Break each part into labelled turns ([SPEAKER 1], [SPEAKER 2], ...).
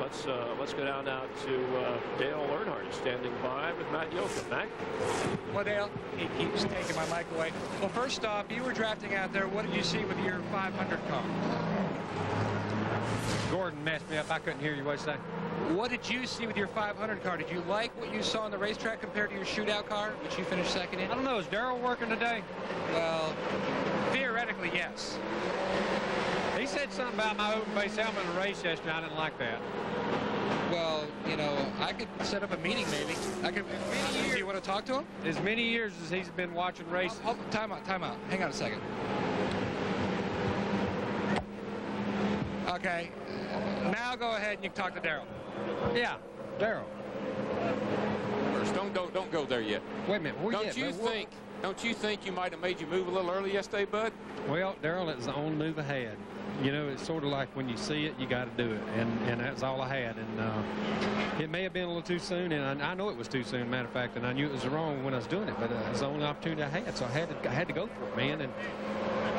[SPEAKER 1] Let's uh, let's go down now to uh, Dale Earnhardt standing by with Matt Yoka. Matt,
[SPEAKER 2] Well, Dale, he keeps taking my mic away. Well, first off, you were drafting out there. What did you see with your 500 car? Gordon messed me up. I couldn't hear you. What'd you say? What did you see with your 500 car? Did you like what you saw on the racetrack compared to your shootout car, which you finished second in?
[SPEAKER 3] I don't know. Is Daryl working today?
[SPEAKER 2] Well, theoretically, yes.
[SPEAKER 3] He said something about my open face helmet in a race yesterday. I didn't like that.
[SPEAKER 2] Well, you know, I could set up a meeting maybe. I could. Do you want to talk to him?
[SPEAKER 3] As many years as he's been watching races,
[SPEAKER 2] Oh, time out, time out. Hang on a second. Okay. Now go ahead and you can talk to Daryl.
[SPEAKER 3] yeah, Daryl.
[SPEAKER 4] First, don't go, don't go there yet.
[SPEAKER 3] Wait a minute. Where
[SPEAKER 4] Don't
[SPEAKER 3] at,
[SPEAKER 4] you
[SPEAKER 3] bud? Where-
[SPEAKER 4] think? Don't you think you might have made you move a little early yesterday, Bud?
[SPEAKER 5] Well, Daryl, it's the only move I had. You know, it's sort of like when you see it, you got to do it, and and that's all I had. And uh, it may have been a little too soon, and I, I know it was too soon. Matter of fact, and I knew it was wrong when I was doing it, but uh, it's the only opportunity I had, so I had to I had to go for it, man. And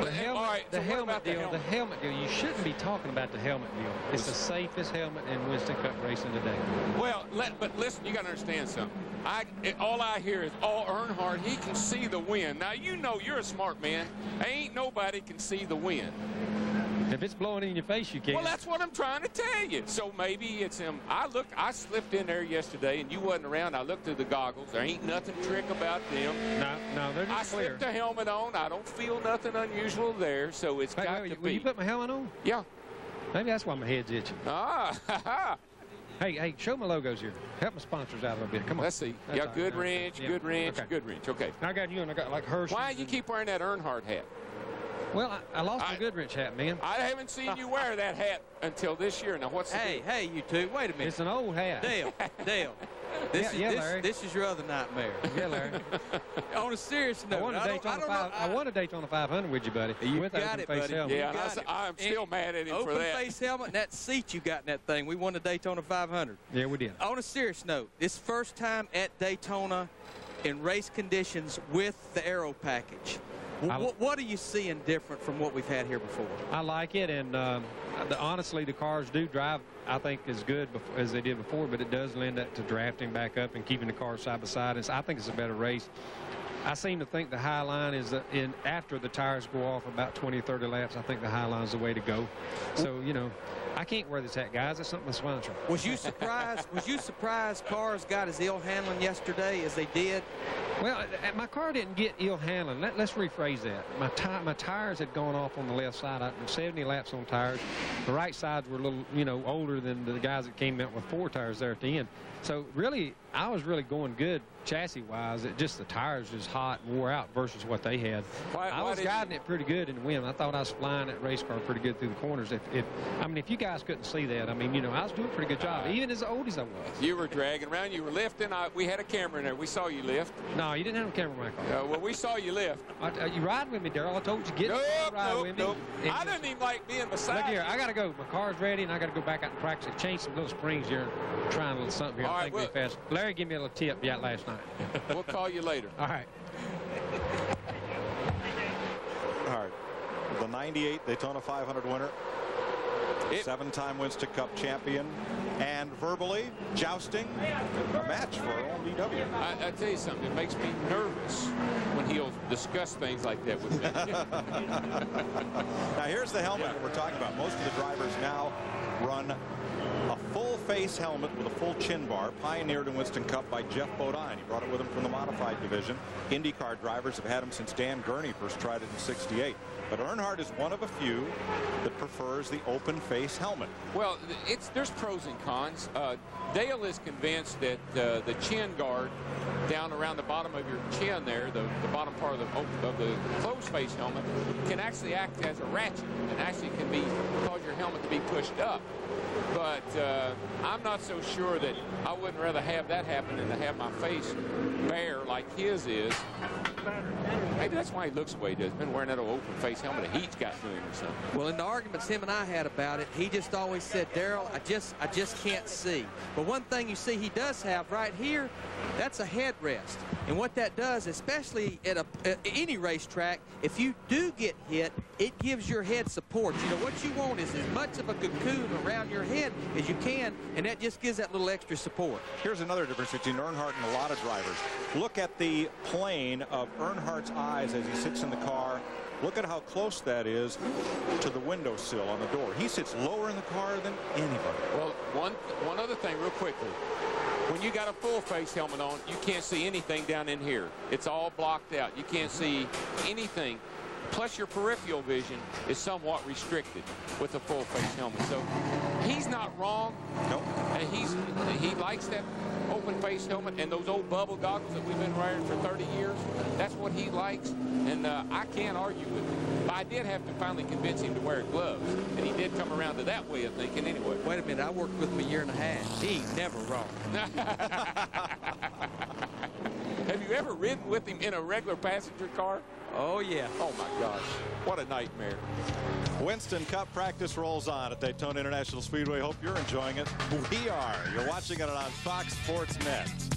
[SPEAKER 5] the
[SPEAKER 4] Hey,
[SPEAKER 5] helmet,
[SPEAKER 4] all right,
[SPEAKER 5] the
[SPEAKER 4] so what
[SPEAKER 5] helmet
[SPEAKER 4] about the
[SPEAKER 5] deal, the helmet deal. You shouldn't be talking about the helmet deal. It's the safest helmet in Winston Cup racing today.
[SPEAKER 4] Well, let, but listen, you got to understand something. I, it, all I hear is all Earnhardt. He can see the wind. Now you know you're a smart man. Ain't nobody can see the wind.
[SPEAKER 5] If it's blowing in your face, you can't.
[SPEAKER 4] Well, that's what I'm trying to tell you. So maybe it's him. I look, I slipped in there yesterday, and you wasn't around. I looked through the goggles. There ain't nothing trick about them.
[SPEAKER 5] no, no, they're
[SPEAKER 4] I
[SPEAKER 5] just clear.
[SPEAKER 4] slipped the helmet on. I don't feel nothing unusual there. So it's
[SPEAKER 5] Hey, will,
[SPEAKER 4] got to
[SPEAKER 5] you, will
[SPEAKER 4] be.
[SPEAKER 5] you put my helmet on?
[SPEAKER 4] yeah.
[SPEAKER 5] Maybe that's why my head's itching.
[SPEAKER 4] Ah.
[SPEAKER 5] Hey, hey, show my logos here. Help my sponsors out a little bit. Come on.
[SPEAKER 4] Let's see.
[SPEAKER 5] That's
[SPEAKER 4] yeah,
[SPEAKER 5] all right.
[SPEAKER 4] good
[SPEAKER 5] That's it.
[SPEAKER 4] wrench,
[SPEAKER 5] Yeah.
[SPEAKER 4] good wrench,
[SPEAKER 5] Okay.
[SPEAKER 4] good wrench. Okay.
[SPEAKER 5] I got you and I got like Hershey.
[SPEAKER 4] Why you keep wearing that Earnhardt hat?
[SPEAKER 5] Well, I, I lost
[SPEAKER 4] I-
[SPEAKER 5] my Goodrich hat, man.
[SPEAKER 4] I haven't seen you wear that hat until this year. Now what's the
[SPEAKER 6] Hey, hey, you two, wait a minute.
[SPEAKER 5] It's an old hat.
[SPEAKER 6] Dale, Dale.
[SPEAKER 5] Yeah,
[SPEAKER 6] This, is,
[SPEAKER 5] yeah,
[SPEAKER 6] this,
[SPEAKER 5] Larry.
[SPEAKER 6] this is your other nightmare.
[SPEAKER 5] Yeah, Larry.
[SPEAKER 6] On a serious
[SPEAKER 5] I
[SPEAKER 6] note,
[SPEAKER 5] won a
[SPEAKER 6] I don't, I
[SPEAKER 5] Daytona
[SPEAKER 6] don't
[SPEAKER 5] 5.
[SPEAKER 6] know.
[SPEAKER 5] I won a Daytona 500 with you, buddy.
[SPEAKER 6] You
[SPEAKER 5] with
[SPEAKER 6] got
[SPEAKER 5] open
[SPEAKER 6] it,
[SPEAKER 5] face
[SPEAKER 6] buddy.
[SPEAKER 5] helmet.
[SPEAKER 4] Yeah,
[SPEAKER 6] got
[SPEAKER 4] I,
[SPEAKER 6] it.
[SPEAKER 4] am
[SPEAKER 6] And-
[SPEAKER 4] still mad at him
[SPEAKER 6] open
[SPEAKER 4] for that.
[SPEAKER 6] face helmet and that seat you got in that thing. We won the Daytona 500.
[SPEAKER 5] Yeah, we did.
[SPEAKER 6] On a serious note, this first time at Daytona in race conditions with the aero package. Wh-
[SPEAKER 5] I-
[SPEAKER 6] wh- what are you seeing different from what we've had here before?
[SPEAKER 5] I like it, and um, the, honestly, the cars do drive, I think, as good bef- as they did before, but it does lend up to drafting back up and keeping the cars side by side. It's, I think it's a better race. I seem to think the high line is the, in after the tires go off about 20 or 30 laps. I think the high line is the way to go. So you know, I can't wear this hat, guys. It's something that's sponsored.
[SPEAKER 6] Was you surprised? was you surprised cars got as ill handling yesterday as they did?
[SPEAKER 5] Well, uh, my car didn't get ill handling. Let, let's rephrase that. My, ti- my tires had gone off on the left side. I 70 laps on tires. The right sides were a little, you know, older than the guys that came out with four tires there at the end. So really, I was really going good chassis-wise. It just the tires was hot and wore out versus what they had.
[SPEAKER 4] Why-
[SPEAKER 5] I
[SPEAKER 4] why
[SPEAKER 5] was
[SPEAKER 4] didn't-
[SPEAKER 5] guiding it pretty good in the wind. I thought I was flying that race car pretty good through the corners. If, if I mean, if you guys couldn't see that, I mean, you know, I was doing a pretty good job, even as old as I was.
[SPEAKER 4] You were dragging around. You were lifting. I, we had a camera in there. We saw you lift.
[SPEAKER 5] No, you didn't have a camera in my car.
[SPEAKER 4] Uh, well, we saw you lift.
[SPEAKER 5] I, are you riding with me, Daryl? I told you get
[SPEAKER 4] Nope,
[SPEAKER 5] ride
[SPEAKER 4] nope,
[SPEAKER 5] with me.
[SPEAKER 4] nope.
[SPEAKER 5] And
[SPEAKER 4] I
[SPEAKER 5] just-
[SPEAKER 4] didn't even like being beside
[SPEAKER 5] Look here,
[SPEAKER 4] you.
[SPEAKER 5] I gotta go. My car's ready, and I gotta go back out and practice it. Change some little springs here, trying a little something here.
[SPEAKER 4] All
[SPEAKER 5] I
[SPEAKER 4] right,
[SPEAKER 5] think really
[SPEAKER 4] well-
[SPEAKER 5] fast. Larry gave me a little tip yeah last night.
[SPEAKER 4] We'll call you later.
[SPEAKER 5] All right.
[SPEAKER 7] All right. The 98 Daytona 500 winner,
[SPEAKER 4] It-
[SPEAKER 7] seven-time Winston Cup champion, and verbally jousting a match for OBW.
[SPEAKER 4] I, I tell you something. It makes me nervous when he'll discuss things like that with me.
[SPEAKER 7] Now here's the helmet that we're talking about. Most of the drivers now run a full face helmet with a full chin bar, pioneered in Winston Cup by Jeff Bodine. He brought it with him from the modified division. IndyCar drivers have had them since Dan Gurney first tried it in 68. But Earnhardt is one of a few that prefers the open face helmet.
[SPEAKER 4] Well, th- it's there's pros and cons. Uh, Dale is convinced that uh, the chin guard down around the bottom of your chin there, the, the bottom part of the op- of the closed face helmet, can actually act as a ratchet and actually can be cause your helmet to be pushed up. But uh, I'm not so sure that I wouldn't rather have that happen than to have my face bare like his is. Maybe that's why he looks the way he does. Been wearing that old open face helmet. The heat's got to him or something.
[SPEAKER 6] Well, in the arguments him and I had about it, he just always said, "Daryl, I just, I just can't see." But one thing you see he does have right here, that's a headrest, and what that does, especially at a at any racetrack, if you do get hit, it gives your head support. You know what you want is as much of a cocoon around your head in as you can, and that just gives that little extra support.
[SPEAKER 7] Here's another difference between Earnhardt and a lot of drivers. Look at the plane of Earnhardt's eyes as he sits in the car. Look at how close that is to the windowsill on the door. He sits lower in the car than anybody.
[SPEAKER 4] Well, one one other thing, real quickly. When you got a full face helmet on, you can't see anything down in here. It's all blocked out. You can't see anything. Plus, your peripheral vision is somewhat restricted with a full face helmet. So he's not wrong.
[SPEAKER 7] Nope.
[SPEAKER 4] And he's he likes that open face helmet and those old bubble goggles that we've been wearing for 30 years. That's what he likes, and uh, I can't argue with him. But I did have to finally convince him to wear gloves, and he did come around to that way of thinking anyway.
[SPEAKER 6] Wait a minute, I worked with him a year and a half. He never wrong.
[SPEAKER 4] Have you ever ridden with him in a regular passenger car?
[SPEAKER 6] Oh, yeah.
[SPEAKER 4] Oh my gosh, what a nightmare.
[SPEAKER 7] Winston Cup practice rolls on at Daytona International Speedway. Hope you're enjoying it. We are. You're watching it on Fox Sports Net.